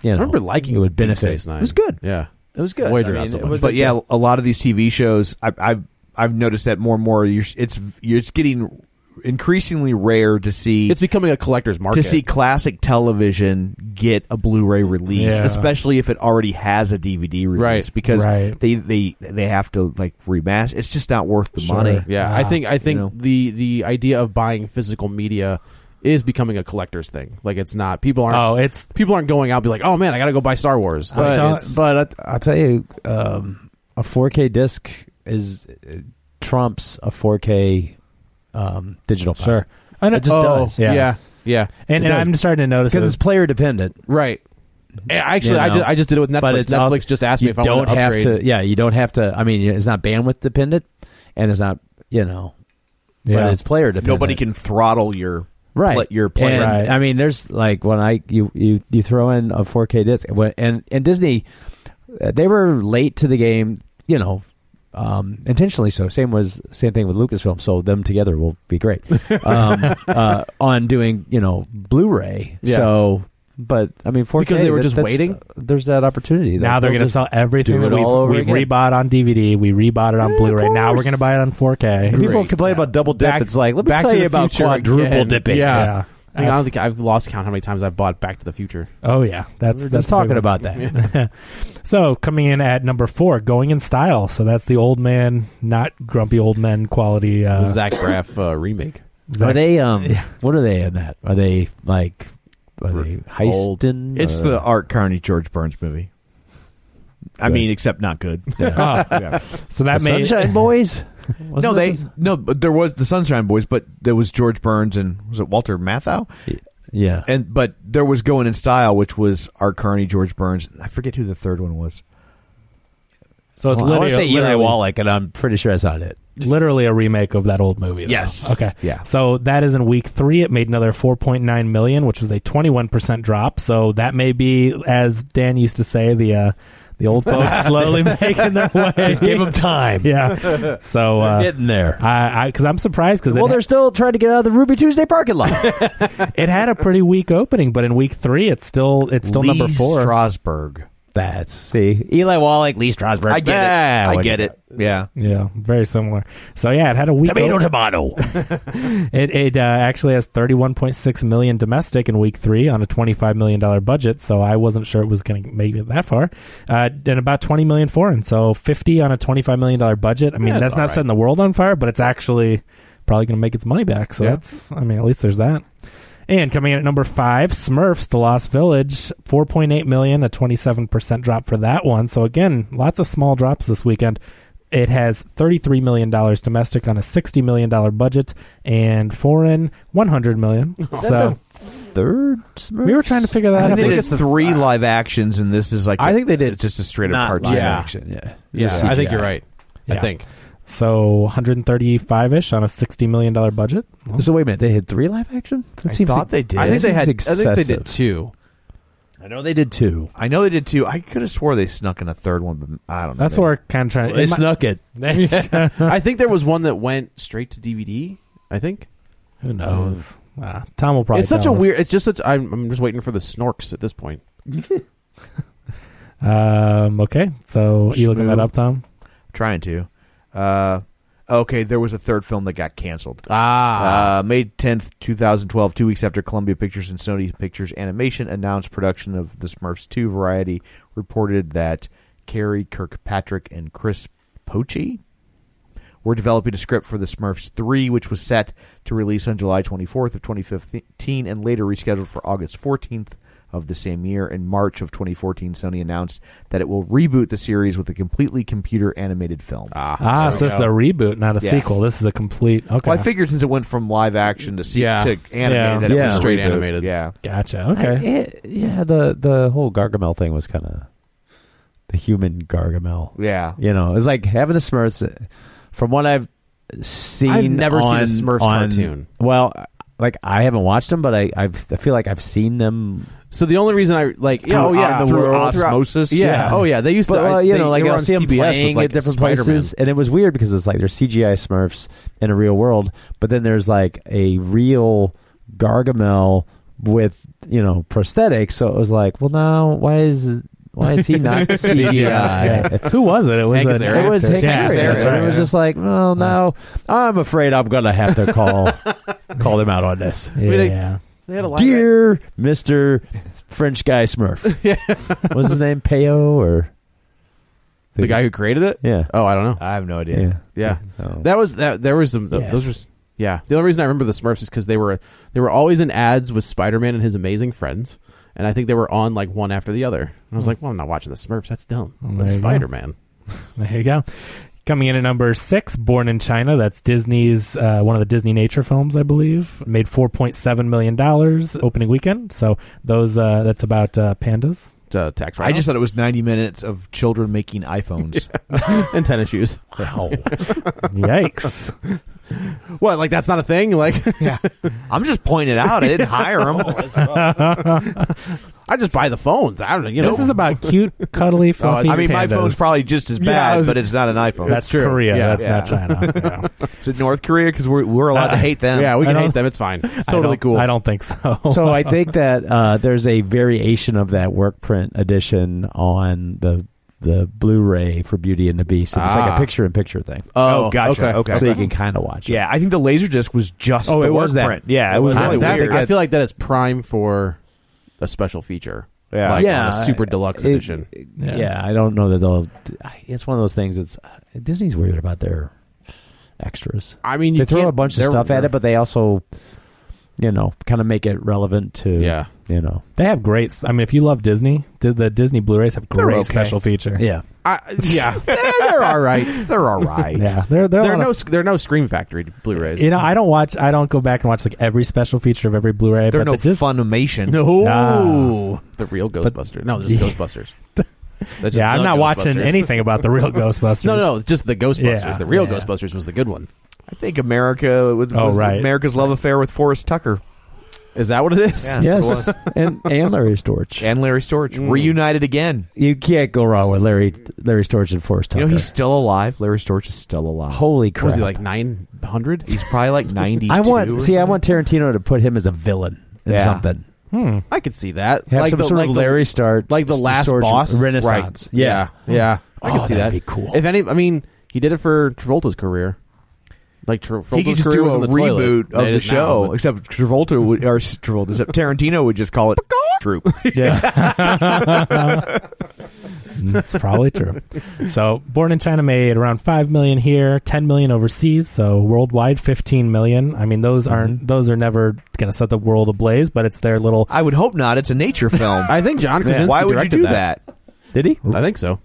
You know, I remember liking it would Deep benefit. Space Nine. It was good. Yeah, It was good. Voyager I mean, not so it much, was but a- yeah, a lot of these TV shows, I, I've I've noticed that more and more. You're, it's it's getting increasingly rare to see it's becoming a collector's market. to see classic television get a Blu-ray release, Yeah. especially if it already has a DVD release, Right. because Right. they they they have to like remaster. It's just not worth the Sure. money. yeah, Ah, I think I think you know. the the idea of buying physical media is becoming a collector's thing. Like it's not people aren't Oh, it's people aren't going out and be like, oh man, I got to go buy Star Wars. But, Like, I'll- it's- but I, I'll tell you, um, a 4K disc is uh, trumps a 4K um, digital. file. sure. I know, It just oh, does. yeah, yeah. yeah, and, it and does. I'm starting to notice because it. it's player dependent. right. And Actually, You I know. just I just did it with Netflix. But it's Netflix up- just asked me You if I don't want to have upgrade. to. Yeah, you don't have to. I mean, it's not bandwidth dependent, and it's not you know, yeah. but it's player dependent. Nobody can throttle your right pl- your And, plan. Right. I mean, there's like when I you you you throw in a 4K disc when- and and Disney, uh, they were late to the game. You know. Um, intentionally so. Same was same thing with Lucasfilm. So them together will be [LAUGHS] great. Um, uh, on doing you know Blu-ray. Yeah. So, but I mean 4K Because they were that- just that's- uh, waiting? There's that opportunity. that now they're they'll going to just- sell everything do that it we've, all over we've again. rebought on DVD. We rebought it on Yeah, of Blu-ray. Now we're course. going to buy it on 4K. People Great. complain about double dip. Back- it's like let me Back tell to you the about Future quadruple again. dipping. Yeah. Yeah. I, mean, I don't think I've lost count how many times I've bought Back to the Future. Oh yeah, that's We're that's just talking about that. So coming in at number four, going in style. So that's the old man, not grumpy old men quality. Uh, [LAUGHS] The Zach Braff uh, remake. Zac- Are they um? What are they in that? Are they like? Are they heisting? It's or- the Art Carney George Burns movie. I Good. mean, except not good. [LAUGHS] Oh, Yeah. so the that [LAUGHS] made Sunshine Boys. no, Wasn't they that no, but there was the Sunshine Boys, but there was George Burns and was it Walter Matthau? the- yeah. And but there was Going in Style, which was Art Carney, George Burns. I forget who the third one was. so it's Well, I want to say literally, Eli literally, Wallach, and I'm pretty sure that's not it. literally a remake of that old movie. though. Yes. Okay. Yeah. So that is in week three. It made another 4.9 million, which was a 21% drop. So that may be, as Dan used to say, the uh, the old [LAUGHS] folks slowly making their way. Just give 'em time. [LAUGHS] Yeah. So They're uh, getting there. I because I'm surprised because well, they're still trying to get out of the Ruby Tuesday parking lot. it had a pretty weak opening, but in week three, it's still it's still Lee number four. Strasberg. that's see Eli Wallach, Lee Strasberg. I get Ah, it. [LAUGHS] I what get you it. Yeah. yeah, very similar. So yeah, it had a weak. got. Tomato, op- [LAUGHS] tomato. it it uh, actually has 31.6 million domestic in week three on a 25 million dollar budget. So I wasn't sure it was going to make it that far. Uh, and about 20 million foreign. So 50 on a 25 million dollar budget. I mean, Yeah, it's that's not all right. setting the world on fire, but it's actually probably going to make its money back. So Yeah. that's I mean, at least there's that. And coming in at number five, Smurfs: The Lost Village, four point eight million, a twenty-seven percent drop for that one. So again, lots of small drops this weekend. It has thirty-three million dollars domestic on a sixty million dollar budget, and foreign one hundred [LAUGHS] million. so Third. Smurfs? we were trying to figure that I out. think they I did think three live actions, and this is like I think they did it's just a straight up Not cartoon. live Yeah. action. Yeah. Yeah, Just I think CGI. you're right. I Yeah. think so one hundred thirty-five ish on a sixty million dollar budget. Well, So wait a minute, they had three live action. That I thought they did. I think they Seems had. I think they did excessive. two. I know they did two. I know they did too. I could have swore they snuck in a third one, but I don't know. that's They- where we're kind Uh, of trying. They snuck it. I think there was one that went straight to DVD. I think [LAUGHS] Who knows? Ah, Tom will probably. it's such a tell us. weird. It's just such. I'm, I'm just waiting for the snorks at this point. Um, okay, so you looking that Shmoo. up, Tom? trying to. Uh, okay, there was a third film that got canceled. Ah, Uh, May 10th, 2012, two weeks after Columbia Pictures and Sony Pictures Animation announced production of The Smurfs 2, Variety reported that Carrie Kirkpatrick and Chris Poche were developing a script for The Smurfs 3, which was set to release on July 24th of 2015 and later rescheduled for August 14th of the same year. In March of 2014, Sony announced that it will reboot the series with a completely computer animated film. Ah, so this is a reboot, not a Yeah. sequel. This is a complete. Okay, Well, I figured since it went from live action to see, Yeah. to animated, Yeah. that it Yeah. was a Straight reboot. animated. Yeah, gotcha. Okay, It- yeah, the the whole Gargamel thing was kind of the human Gargamel. yeah. You know, it's like having a Smurfs. uh, From what I've seen, I've never seen a on- Smurfs on- cartoon. Well, like I haven't watched them, but I I've, I feel like I've seen them. so the only reason I like, yeah, oh Throughout yeah, the world. Osmosis? yeah. Yeah. oh yeah, they used But to, I- well, you they- know, like uh, they were I'll on see them CBS with, playing like, at different Spider-Man. places, and it was weird because it's like they're CGI Smurfs in a real world, but then there's like a real Gargamel with you know prosthetics. So it was like, well, now why is why is he [LAUGHS] not CGI? Yeah. Who was it? It was It an was Hank Azaria. Yeah, that's right. It was just like, well, now I'm afraid I'm gonna have to [LAUGHS] call call him out on this. yeah. They had a lot Dear Mister French guy [LAUGHS] Smurf, was his name Peo or The guy who created it? Yeah, Oh, I don't know. I have no idea. yeah. Yeah. Oh. That was that. There was some. th- Yes. Those were. s- Yeah. The only reason I remember the Smurfs is because they were they were always in ads with Spider Man and his amazing friends, and I think they were on like one after the other. And I was like, well, I'm not watching the Smurfs. That's dumb. Well, But there you go. Spider Man. There you go. Coming in at number six, Born in China. That's Disney's uh, one of the Disney nature films, I believe. Made four point seven million dollars opening weekend. So those uh, that's about [LAUGHS] uh, pandas. Uh, tax I just thought it was 90 minutes of children making [LAUGHS] iPhones. and tennis shoes. Wow. Yikes! What? Like that's not a thing. Like [LAUGHS] [LAUGHS] I'm just pointing it out. I didn't hire [LAUGHS] him. I just buy the phones. I don't know. You know. This is [LAUGHS] about cute, [LAUGHS] cuddly, fluffy. I mean, my pandas. phone's probably just as bad, I was- but it's not an iPhone. That's true. Korea. Yeah, that's not [LAUGHS] yeah. China. Yeah. Is it North Korea? Because we're, we're allowed Uh, to hate them. yeah, we I can hate don't- them. It's fine. It's I totally don't- cool. I don't think so. so I think that uh, there's a variation of that work print edition on the the Blu-ray for Beauty and the Beast. It's like Ah. a picture-in-picture thing, Oh, gotcha. okay. Okay. so you can kind of watch it. Yeah, I think the Laserdisc was just Oh, the it work was that. print. Yeah, it It was was really that. I, weird. think- I feel like that is prime for a special feature. Yeah. like, Yeah, on a super deluxe it- edition. Yeah. Yeah. I don't know that they'll. It's one of those things. It's Disney's weird about their extras. I mean, you they throw can't- a bunch of they're- stuff at it, but they also, you know, kind of make it relevant to. Yeah. You know. they have great. I mean, if you love Disney, the, the Disney Blu-rays have great okay. special feature. Yeah. I, [LAUGHS] yeah, they're, they're all right. they're all right. yeah. There, there, are a There are lot of- no there are no Scream Factory Blu-rays. You know, [LAUGHS] I don't watch. I don't go back and watch like every special feature of every Blu-ray. They're but no the Dis- Funimation. no, Nah. the real Ghostbusters. [LAUGHS] no, there's Yeah. Ghostbusters. That's just Yeah, I'm the not watching Ghostbusters. anything about the real Ghostbusters. No, no, just the Ghostbusters. Yeah, the real yeah. Ghostbusters was the good one. I think America was, Oh, was right. America's love affair with Forrest Tucker Is that what it is? Yeah. Yes. [LAUGHS] and and Larry Storch. and Larry Storch Mm. reunited again. You can't go wrong with Larry Larry Storch and Forrest Tucker. You know he's still alive. Larry Storch is still alive. holy What crap. was he like nine hundred? He's probably like 92. I or want see. I something. want Tarantino to put him as a villain in Yeah. something. Hmm. I could see that. Have some sort of Larry the, Starch, like the last Storch boss Renaissance. Right. Yeah, yeah. I Oh, could see that. that'd be cool. If any, I mean, he did it for Travolta's career. Like Tra- Travolta's He could just career do was a in the reboot toilet. They of did the it show, now, but- except Travolta would, or Travolta, except Tarantino would just call it Troop. [LAUGHS] Yeah. That's probably true. So, Born in China made around 5 million here, 10 million overseas, so worldwide 15 million. I mean, those aren't those are never going to set the world ablaze, but it's their little I would hope not. It's a nature film. I think John Krasinski Why would you directed do [LAUGHS] that. that? Did he? I think so.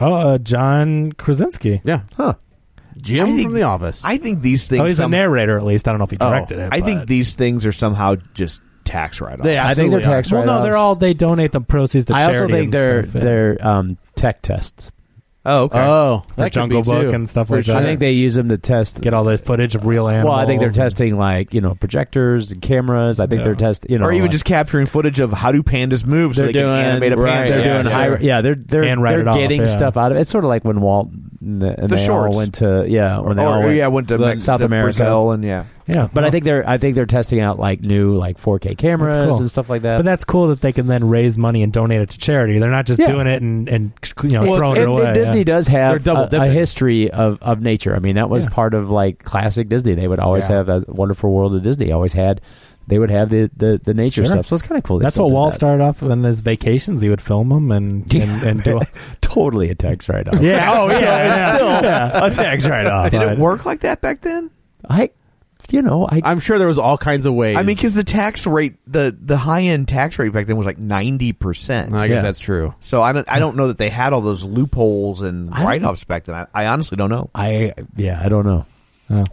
Oh, uh, John Krasinski. Yeah. Huh. Jim I think- from The Office. I think these things. Oh, he's some- a narrator at least. I don't know if he Oh, directed it. I think but- these things are somehow just tax write-offs. They I think they're absolutely are. tax Well, no, they're write-offs. all they donate the proceeds to I charity. also think and they're stuff, yeah. they're um, tech tests. Oh, okay. Oh, for Jungle Book and stuff like that. I think they use them to test. get all the footage of real well, animals. I think they're and- testing like you know projectors and cameras. I think Yeah. they're testing you know, or even like- just capturing footage of how do pandas move so they're they doing can animate a panda. right, They're yeah, doing sure. high, yeah. They're they're And write they're it off, getting yeah. stuff out of it. It's sort of like when Walt and, the, and The they shorts. all went to yeah when they or, all went, Oh, yeah, went to like, Me- South the America. Brazil and yeah. Yeah, But I well, think they're I think they're testing out like new like 4K cameras cool. and stuff like that. but that's cool that they can then raise money and donate it to charity. They're not just Yeah. doing it and and you know Well, throwing it's- it away. it's- Disney yeah. does They're have double a, a dipping. history of, of nature. I mean, that was Yeah. part of like classic Disney. They would always Yeah. have that wonderful world of Disney. Always had, they would have the the, the nature Sure. stuff. So it's kind of cool. they That's still what did Walt that. started off with on his vacations. He would film them and and, and do. [LAUGHS] All, Totally a tax write off. [LAUGHS] yeah. Oh yeah. yeah. still a tax write off. Did it work like that back then? I, you know, I I'm sure there was all kinds of ways. I mean, because the tax rate, the the high end tax rate back then was like ninety percent. I guess yeah. [LAUGHS] that's true. So I don't I don't know that they had all those loopholes and I don't- write offs back then. I, I honestly don't know. I yeah, I don't know.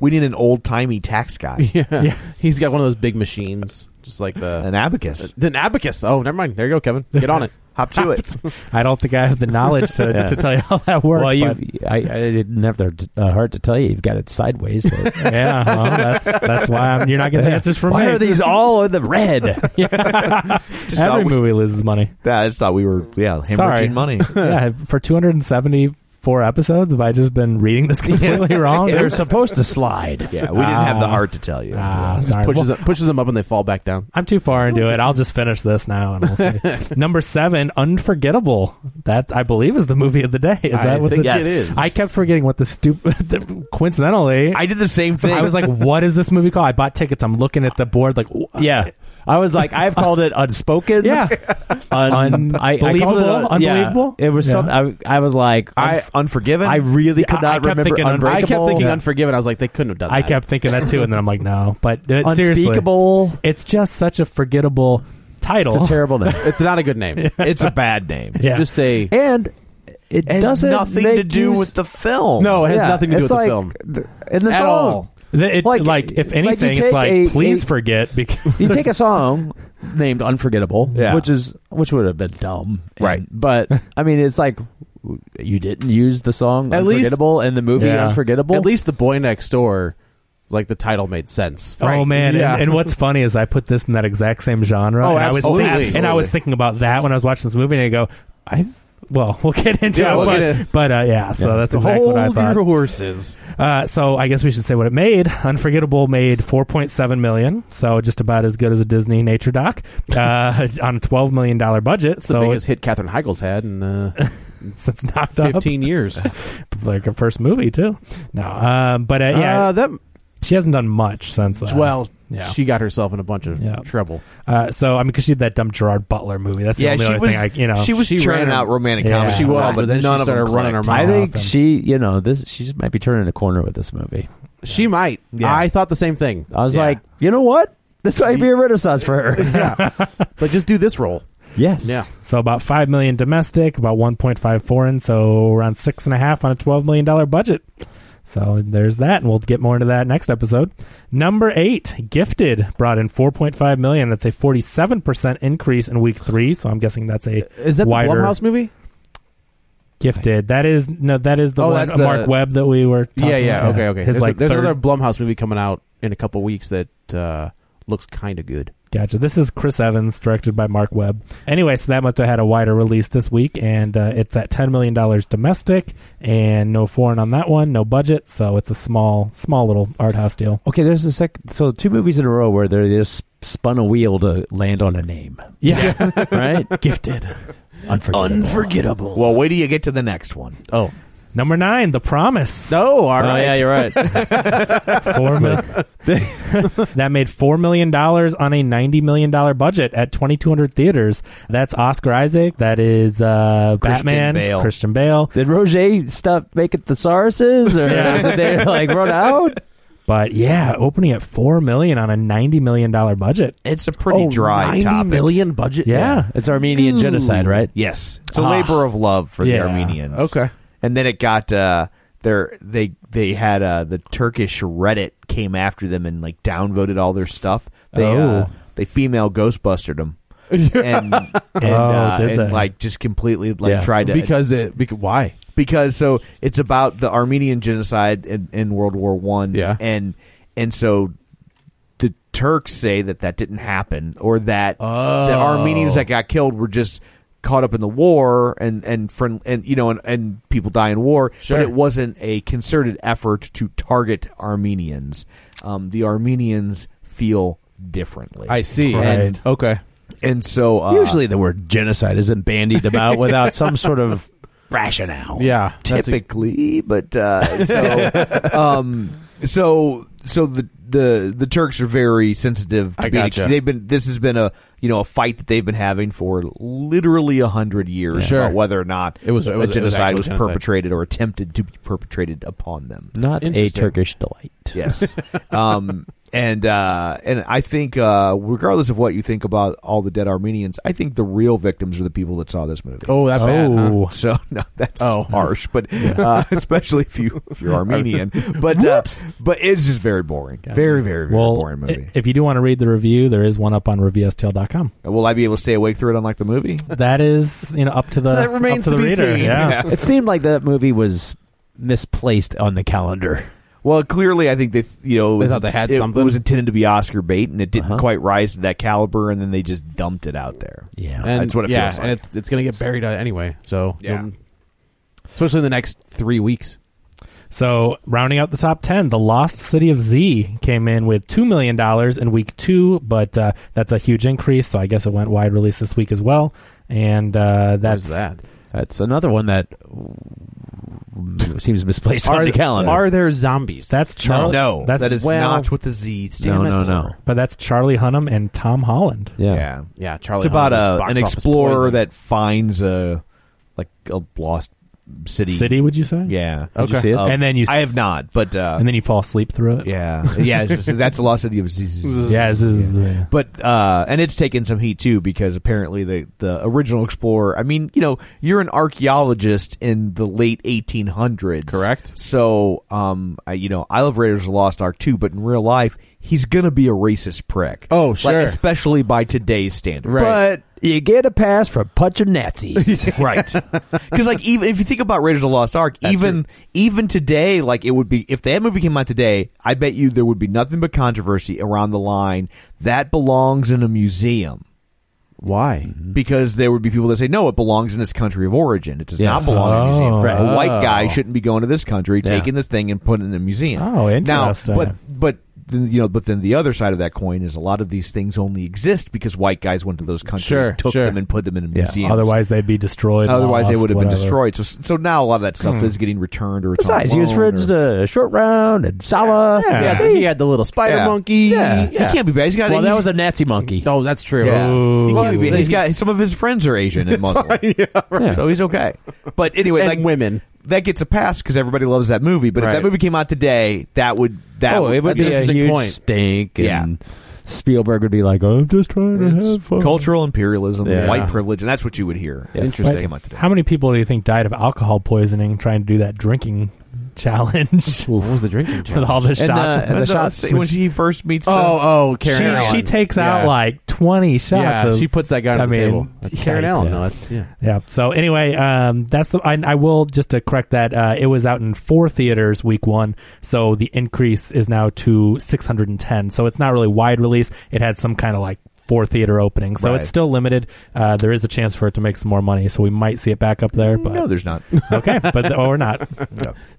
We need an old timey tax guy, Yeah. he's got one of those big machines, just like an the abacus. an abacus. Oh, never mind. There you go, Kevin. [LAUGHS] Get [LAUGHS] on it. Hop to it. I don't think I have the knowledge to, Yeah. to tell you how that works. well, you, but- I, I didn't have the uh, heart to tell you. You've got it sideways. But [LAUGHS] yeah. Well, that's that's why I'm, you're not getting the answers from why me. are these all in the [LAUGHS] red? Every thought we- movie loses money. Yeah, I just thought we were yeah hemorrhaging Sorry. money. yeah, for 270 four episodes? Have I just been [LAUGHS] reading this completely wrong? [LAUGHS] They're supposed to slide. Yeah, we didn't have the heart to tell you. Ah, Just darn. pushes Well, them, pushes them up and they fall back down. I'm too far into it. I'll just finish this now, and we'll [LAUGHS] see. Number seven, Unforgettable. That I believe is the movie of the day. Is I that what think the, it is. I kept forgetting what [LAUGHS] the stupid. coincidentally, I did the same thing. I [LAUGHS] was like, "What is this movie called?" I bought tickets. I'm looking at the board, like, "Wh- Yeah. I was like, I've called it unspoken. yeah, Un- I- I called it Unbelievable? un- Unbelievable? Yeah. It was Yeah. something. I, I was like, I, Unforgiven. I really I- could I not kept remember thinking un- unbreakable. I kept thinking Yeah. Unforgiven. I was like, they couldn't have done that. I kept thinking that too, and then I'm like, "No," but uh, seriously, unspeakable. it's just such a forgettable title. It's a terrible name. [LAUGHS] It's not a good [LAUGHS] name. it's a bad name. Yeah. [LAUGHS] Just say and it It has doesn't nothing make to do use- with the film. no. oh, It has Yeah, nothing to do it's with like the film. th- in the At song. all. Th- it- like, Like, if like, you anything, it's take like, a- please a- forget [LAUGHS] because You take a song named "Unforgettable," Yeah. which is which would have been dumb, and- Right. But I mean, it's like w- you didn't use the song At least- "Unforgettable" in the movie Yeah. "Unforgettable." At least the boy next door, like the title made sense. Oh man! Yeah. [LAUGHS] And, and what's funny is I put this in that exact same genre. Oh, and I was absolutely. and I was thinking about that when I was watching this movie, and I go, I. Well, [LAUGHS] we'll get into Yeah, it, we'll but, get in- but uh, yeah, so that's exactly what I Hold thought. your horses. Uh, so I guess we should say what it made. Unforgettable made 4.7 million, so just about as good as a Disney nature doc uh, [LAUGHS] on a 12 million dollar budget. It's so the biggest hit Katherine Heigl's had [LAUGHS] in uh, it's, it's knocked up 15 years. like her first movie too. No, um, but uh, [LAUGHS] yeah, Uh, that she hasn't done much since. Uh, well, yeah. she got herself in a bunch of Yeah. trouble. Uh, so I mean, because she did that dumb Gerard Butler movie. That's the Yeah, only she other was. thing I, you know, she was She churning ran- out romantic Yeah. comedy. She for a was, while, but then none she of them started running her clicked. mouth. I think often. she, you know, this she just might be turning a corner with this movie. She might. Yeah. I thought the same thing. I was Yeah. like, you know what? This might be a renaissance for [LAUGHS] her. but just do this role. [LAUGHS] yes. Yeah. so about five million domestic, about one point five foreign, so around six and a half on a twelve million dollar budget. So there's that, and we'll get more into that next episode. Number eight, Gifted brought in four point five million. That's a forty seven percent increase in week three. So I'm guessing that's a Uh, Is that wider the Blumhouse movie? Gifted. That is no, that is the Oh, one that's uh, the- Mark Webb that we were. Talking yeah, yeah, about. okay, okay. His there's like there's third- another Blumhouse movie coming out in a couple weeks that uh, looks kind of good. Gotcha. This is Chris Evans, directed by Mark Webb. Anyway, so that must have had a wider release this week, and uh, it's at ten million dollars domestic, and no foreign on that one, no budget, so it's a small, small little art house deal. Okay, there's a sec. So two movies in a row where they just spun a wheel to land on a name, Yeah, right? gifted. Unforgettable. Unforgettable. Well, wait till you get to the next one. Oh, [LAUGHS] Number nine, The Promise. no, all Oh, right. yeah, you're right. [LAUGHS] [LAUGHS] Four mil- that made four million dollars on a ninety million dollar budget at twenty two hundred theaters. That's Oscar Isaac. That is uh, Christian Batman. Bale. Christian Bale. [LAUGHS] Did Roger stuff make it the Sauruses, or Yeah. did they like run out? But yeah, opening at four million on a ninety million dollar budget. It's a pretty Oh, dry 90 topic. million budget. Yeah. It's Armenian genocide, [LAUGHS] right? Yes, it's a Ah. labor of love for Yeah. the Armenians. Okay. and then it got uh, their they they had uh, the Turkish Reddit came after them and like downvoted all their stuff. They uh, Oh. they female Ghostbustered them. and and, uh, did and, they? like just completely like Yeah. tried to because it because, why? because so it's about the Armenian genocide in, in World War One. Yeah. and and so the Turks say that that didn't happen, or that the Oh. Armenians that got killed were just caught up in the war and and friend and you know and, and people die in war Sure. but it wasn't a concerted effort to target armenians um, the armenians feel differently I see. Right. and, Okay. and so uh, Usually, the word genocide isn't bandied [LAUGHS] about without some sort of rationale. Yeah. that's a- typically, but uh, [LAUGHS] so um, so so the the the Turks are very sensitive. To I being- gotcha. They've been this has been a you know a fight that they've been having for literally a hundred years Sure. about whether or not It was- it was- it was a genocide actual was, genocide. perpetrated or attempted to be perpetrated upon them. Not a Interesting. Turkish delight. Yes. um, and uh, and I think uh, regardless of what you think about all the dead Armenians, I think the real victims are the people that saw this movie. Oh, that's bad. huh? Oh. So [LAUGHS] no, that's Oh. harsh, but uh, [LAUGHS] especially if you if [LAUGHS] you're Armenian. But uh, but it's just very boring, very very very well, boring movie. i- if you do want to read the review, there is one up [LAUGHS] on reviewstale.com. Will I be able to stay awake through it, unlike the movie? That is, you know, up to the That remains up to, to the be reader. seen. Yeah. Yeah. It seemed like that movie was misplaced on the calendar. Well, clearly, I think they you know They it was thought they had it something? was intended to be Oscar bait, and it didn't Uh-huh. quite rise to that caliber, and then they just dumped it out there. Yeah. And, That's what it yeah, feels like. and it's, it's going to get buried uh, anyway. So Yeah. um, especially in the next three weeks. So, rounding out the top 10, The Lost City of Z came in with $2 million in week two, but uh, that's a huge increase. So, I guess it went wide release this week as well. And uh, that's that? That's another one that seems misplaced on the calendar. are there zombies? That's Charlie. No, that's that is well- not with the Z. no, stands no, for. no. But that's Charlie Hunnam and Tom Holland. Yeah. yeah, yeah. Charlie, It's about Hunnam's a, box an office explorer poison. that finds a like a lost city. City, would you say? Yeah. Did you see it? And then you I s- have not, but uh, And then you fall asleep through it. yeah, yeah. It's just, that's the lost city of Z. Yeah, this is, uh, But uh, and it's taken some heat too because apparently the the original explorer. I mean, you know, you're an archaeologist in the late 1800s, Correct. So, um, I, you know, I love Raiders of the Lost Ark too, but in real life, he's gonna be a racist prick. Oh, Like, sure. especially by today's standards, But you get a pass for punching Nazis. [LAUGHS] right because like even if you think about raiders of the lost ark even even today like it would be if that movie came out today i bet you there would be nothing but controversy around the line that belongs in a museum why? because there would be people that say no it belongs in this country of origin it does not Yes. belong in a museum Oh. a white guy shouldn't be going to this country Yeah. taking this thing and putting it in a museum Oh, interesting. now, but but then, you know but then the other side of that coin is a lot of these things only exist because white guys went to those countries Sure, took sure. them and put them in a Yeah. museum Otherwise, they'd be destroyed. Otherwise, lost, they would have been whatever. destroyed. So, so now a lot of that stuff is getting returned or it's on Besides, he was loan friends or- to Short Round and Sala. Yeah. Yeah, he had the little spider Yeah. monkey. Yeah. he can't be bad. He's got. Well, he's, that was a Nazi monkey. Oh, that's true. Yeah. He Well, can't be they- bad. He's got some of his friends are Asian and Muslim, [LAUGHS] so he's okay. But anyway, And like women. that gets a pass because everybody loves that movie. But if Right. that movie came out today, that would that Oh, would, it would that's an be a interesting huge point. stink. Yeah. And Spielberg would be like, I'm just trying to it's have fun. cultural imperialism, Yeah. white privilege, and that's what you would hear. if Interesting. It came out today. How many people do you think died of alcohol poisoning trying to do that drinking challenge? [LAUGHS] What was the drinking? With all the [LAUGHS] shots, And, uh, and the And the- shots. when she first meets. uh, Oh, oh, Karen. she, Allen. she takes Yeah. out like 20 shots Yeah, of she puts that guy on I the mean, table. That's Karen yikes. Allen. No, that's yeah. yeah so anyway um that's the I, I will just to correct that uh it was out in four theaters week one so the increase is now to 610 so it's not really wide release it had some kind of like four theater opening so Right. it's still limited uh there is a chance for it to make some more money so we might see it back up there but no, there's not. [LAUGHS] okay but or [LAUGHS] not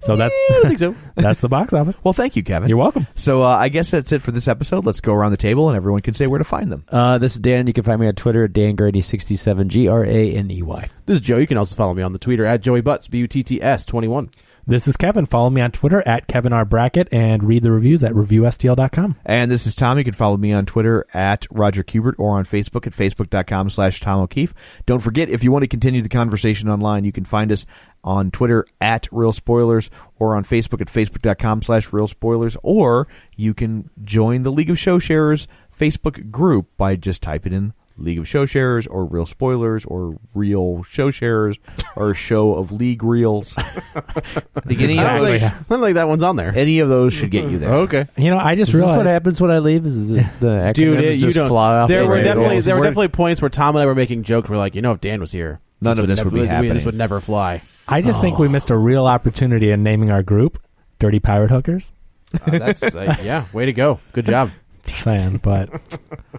so that's I don't think so. that's the box office Well, thank you, Kevin. you're welcome So uh, I guess that's it for this episode. Let's go around the table and everyone can say where to find them. Uh, this is Dan. You can find me on Twitter at Dan Grady67, G R A N E Y. This is Joe. You can also follow me on the Twitter at Joey Butts B U T T S twenty one. this is kevin follow me on twitter at kevin r brackett and read the reviews at reviewstl.com And this is Tom. You can follow me on Twitter at Roger Kubert or on Facebook at facebook.com slash Tom O'Keefe. Don't forget, if you want to continue the conversation online, you can find us on Twitter at Real Spoilers or on Facebook at facebook.com slash Real Spoilers, or you can join the League of Show Sharers Facebook group by just typing in League of Show Sharers or Real Spoilers or Real Show Sharers or Show of League Reels. I think any, I of don't Exactly. those, think, I don't think that one's on there. any of those should get you there. okay. you know i just Is this realized what happens when I leave? Is [LAUGHS] the, the acronyms Dude, it- just you don't. fly off there the were rails? definitely there were We're- definitely points where Tom and I were making jokes. We're like, you know, if Dan was here, None of this never- would be we- This happening. would never fly. I just think we missed a real opportunity in naming our group "Dirty Pirate Hookers." Uh, that's uh, yeah. Way to go. Good job. Just saying, but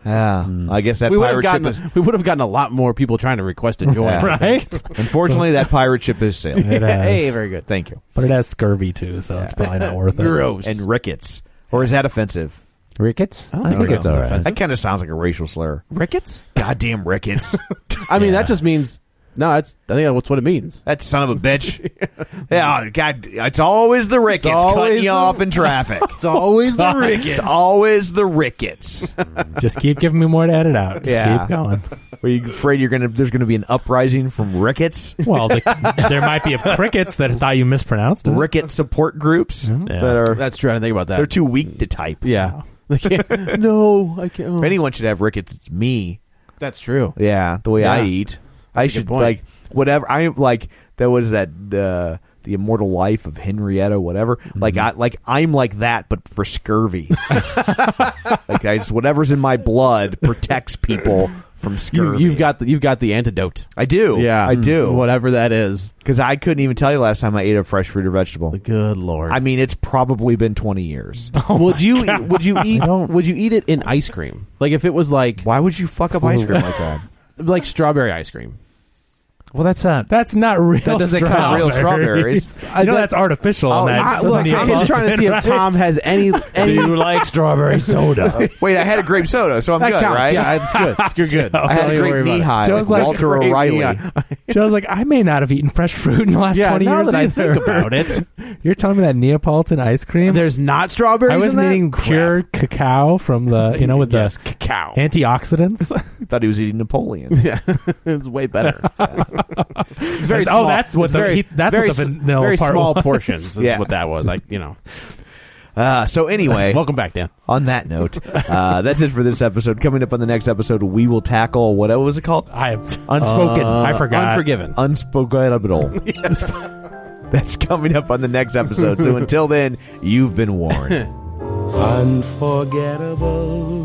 Yeah, I guess that we would have pirate ship gotten is. we would have gotten a lot more people trying to request to join. Yeah. [LAUGHS] right, Unfortunately, that pirate ship is sailing. [LAUGHS] It has. hey, very good. Thank you. but it has scurvy too, so it's probably not worth it. And rickets, or is that offensive? Rickets? I, don't think think it's rickets is all right. offensive. That kind of sounds like a racial slur. Rickets? Goddamn [LAUGHS] rickets! I mean, Yeah. that just means no. That's I think that's what it means. that son of a bitch. [LAUGHS] yeah, oh, God, it's always the rickets always cutting you the- off in [LAUGHS] traffic. It's always the It's always the [LAUGHS] rickets. Just keep giving me more to edit out. Just Yeah. keep going. Are you afraid you're gonna? There's gonna be an uprising from [LAUGHS] rickets. Well, the, there might be a crickets that thought you mispronounced it. Ricket support groups that are That's true. I didn't think about that. they're too weak to type. yeah. They can't- no, I can't. oh. If anyone should have rickets, it's me. That's true. Mm. Yeah, the way Yeah. I eat, I That's a good should point. like whatever I like. That was that the the immortal life of Henrietta, whatever. Mm-hmm. Like I like I'm like that, but for [LAUGHS] scurvy. like I just whatever's in my blood protects people from You, scurvy. you've got the, you've got the antidote. I do. Yeah, Mm. I do. Whatever that is. Because I couldn't even tell you last time I ate a fresh fruit or vegetable. Good lord. I mean, it's probably been twenty [LAUGHS] years. would you would you eat would you eat it in ice cream? Like if it was like [LAUGHS] Why would you fuck up ice cream like that? like strawberry ice cream. Well, that's not. [LAUGHS] That's not real. That doesn't count real strawberries. I know that's artificial. Oh, on that. I- Doesn't Look, need I'm just Boston, trying to see right? if Tom has any any you like [LAUGHS] strawberry soda? Wait, I had a grape soda, so I'm that good, counts. right? Yeah, it's good. You're good. I had Don't a even worry grape about it. knee high, Joe's like, like, Walter Great O'Reilly. knee high. Joe's like, I may not have eaten fresh fruit in the last Yeah, twenty now years that I either. think about it. [LAUGHS] You're telling me that Neapolitan ice cream? There's not strawberries. I was in that? eating pure cacao from the you know with Yes, the cacao. [LAUGHS] antioxidants. [LAUGHS] Thought he was eating Napoleon. Yeah, it's way better. it's very Oh, small. that's what it's the- very, he- that's what very, the s- vanilla very part small was. [LAUGHS] portions. Is Yeah. what that was. Like you know. Uh, so anyway, Welcome back, Dan. on that note, uh, that's it for this episode. Coming up on the next episode, we will tackle what was it called? I have Unspoken. Uh, I forgot. Unforgiven. Unspoken. [LAUGHS] [LAUGHS] that's coming up on the next episode. So until then, you've been warned. Unforgettable.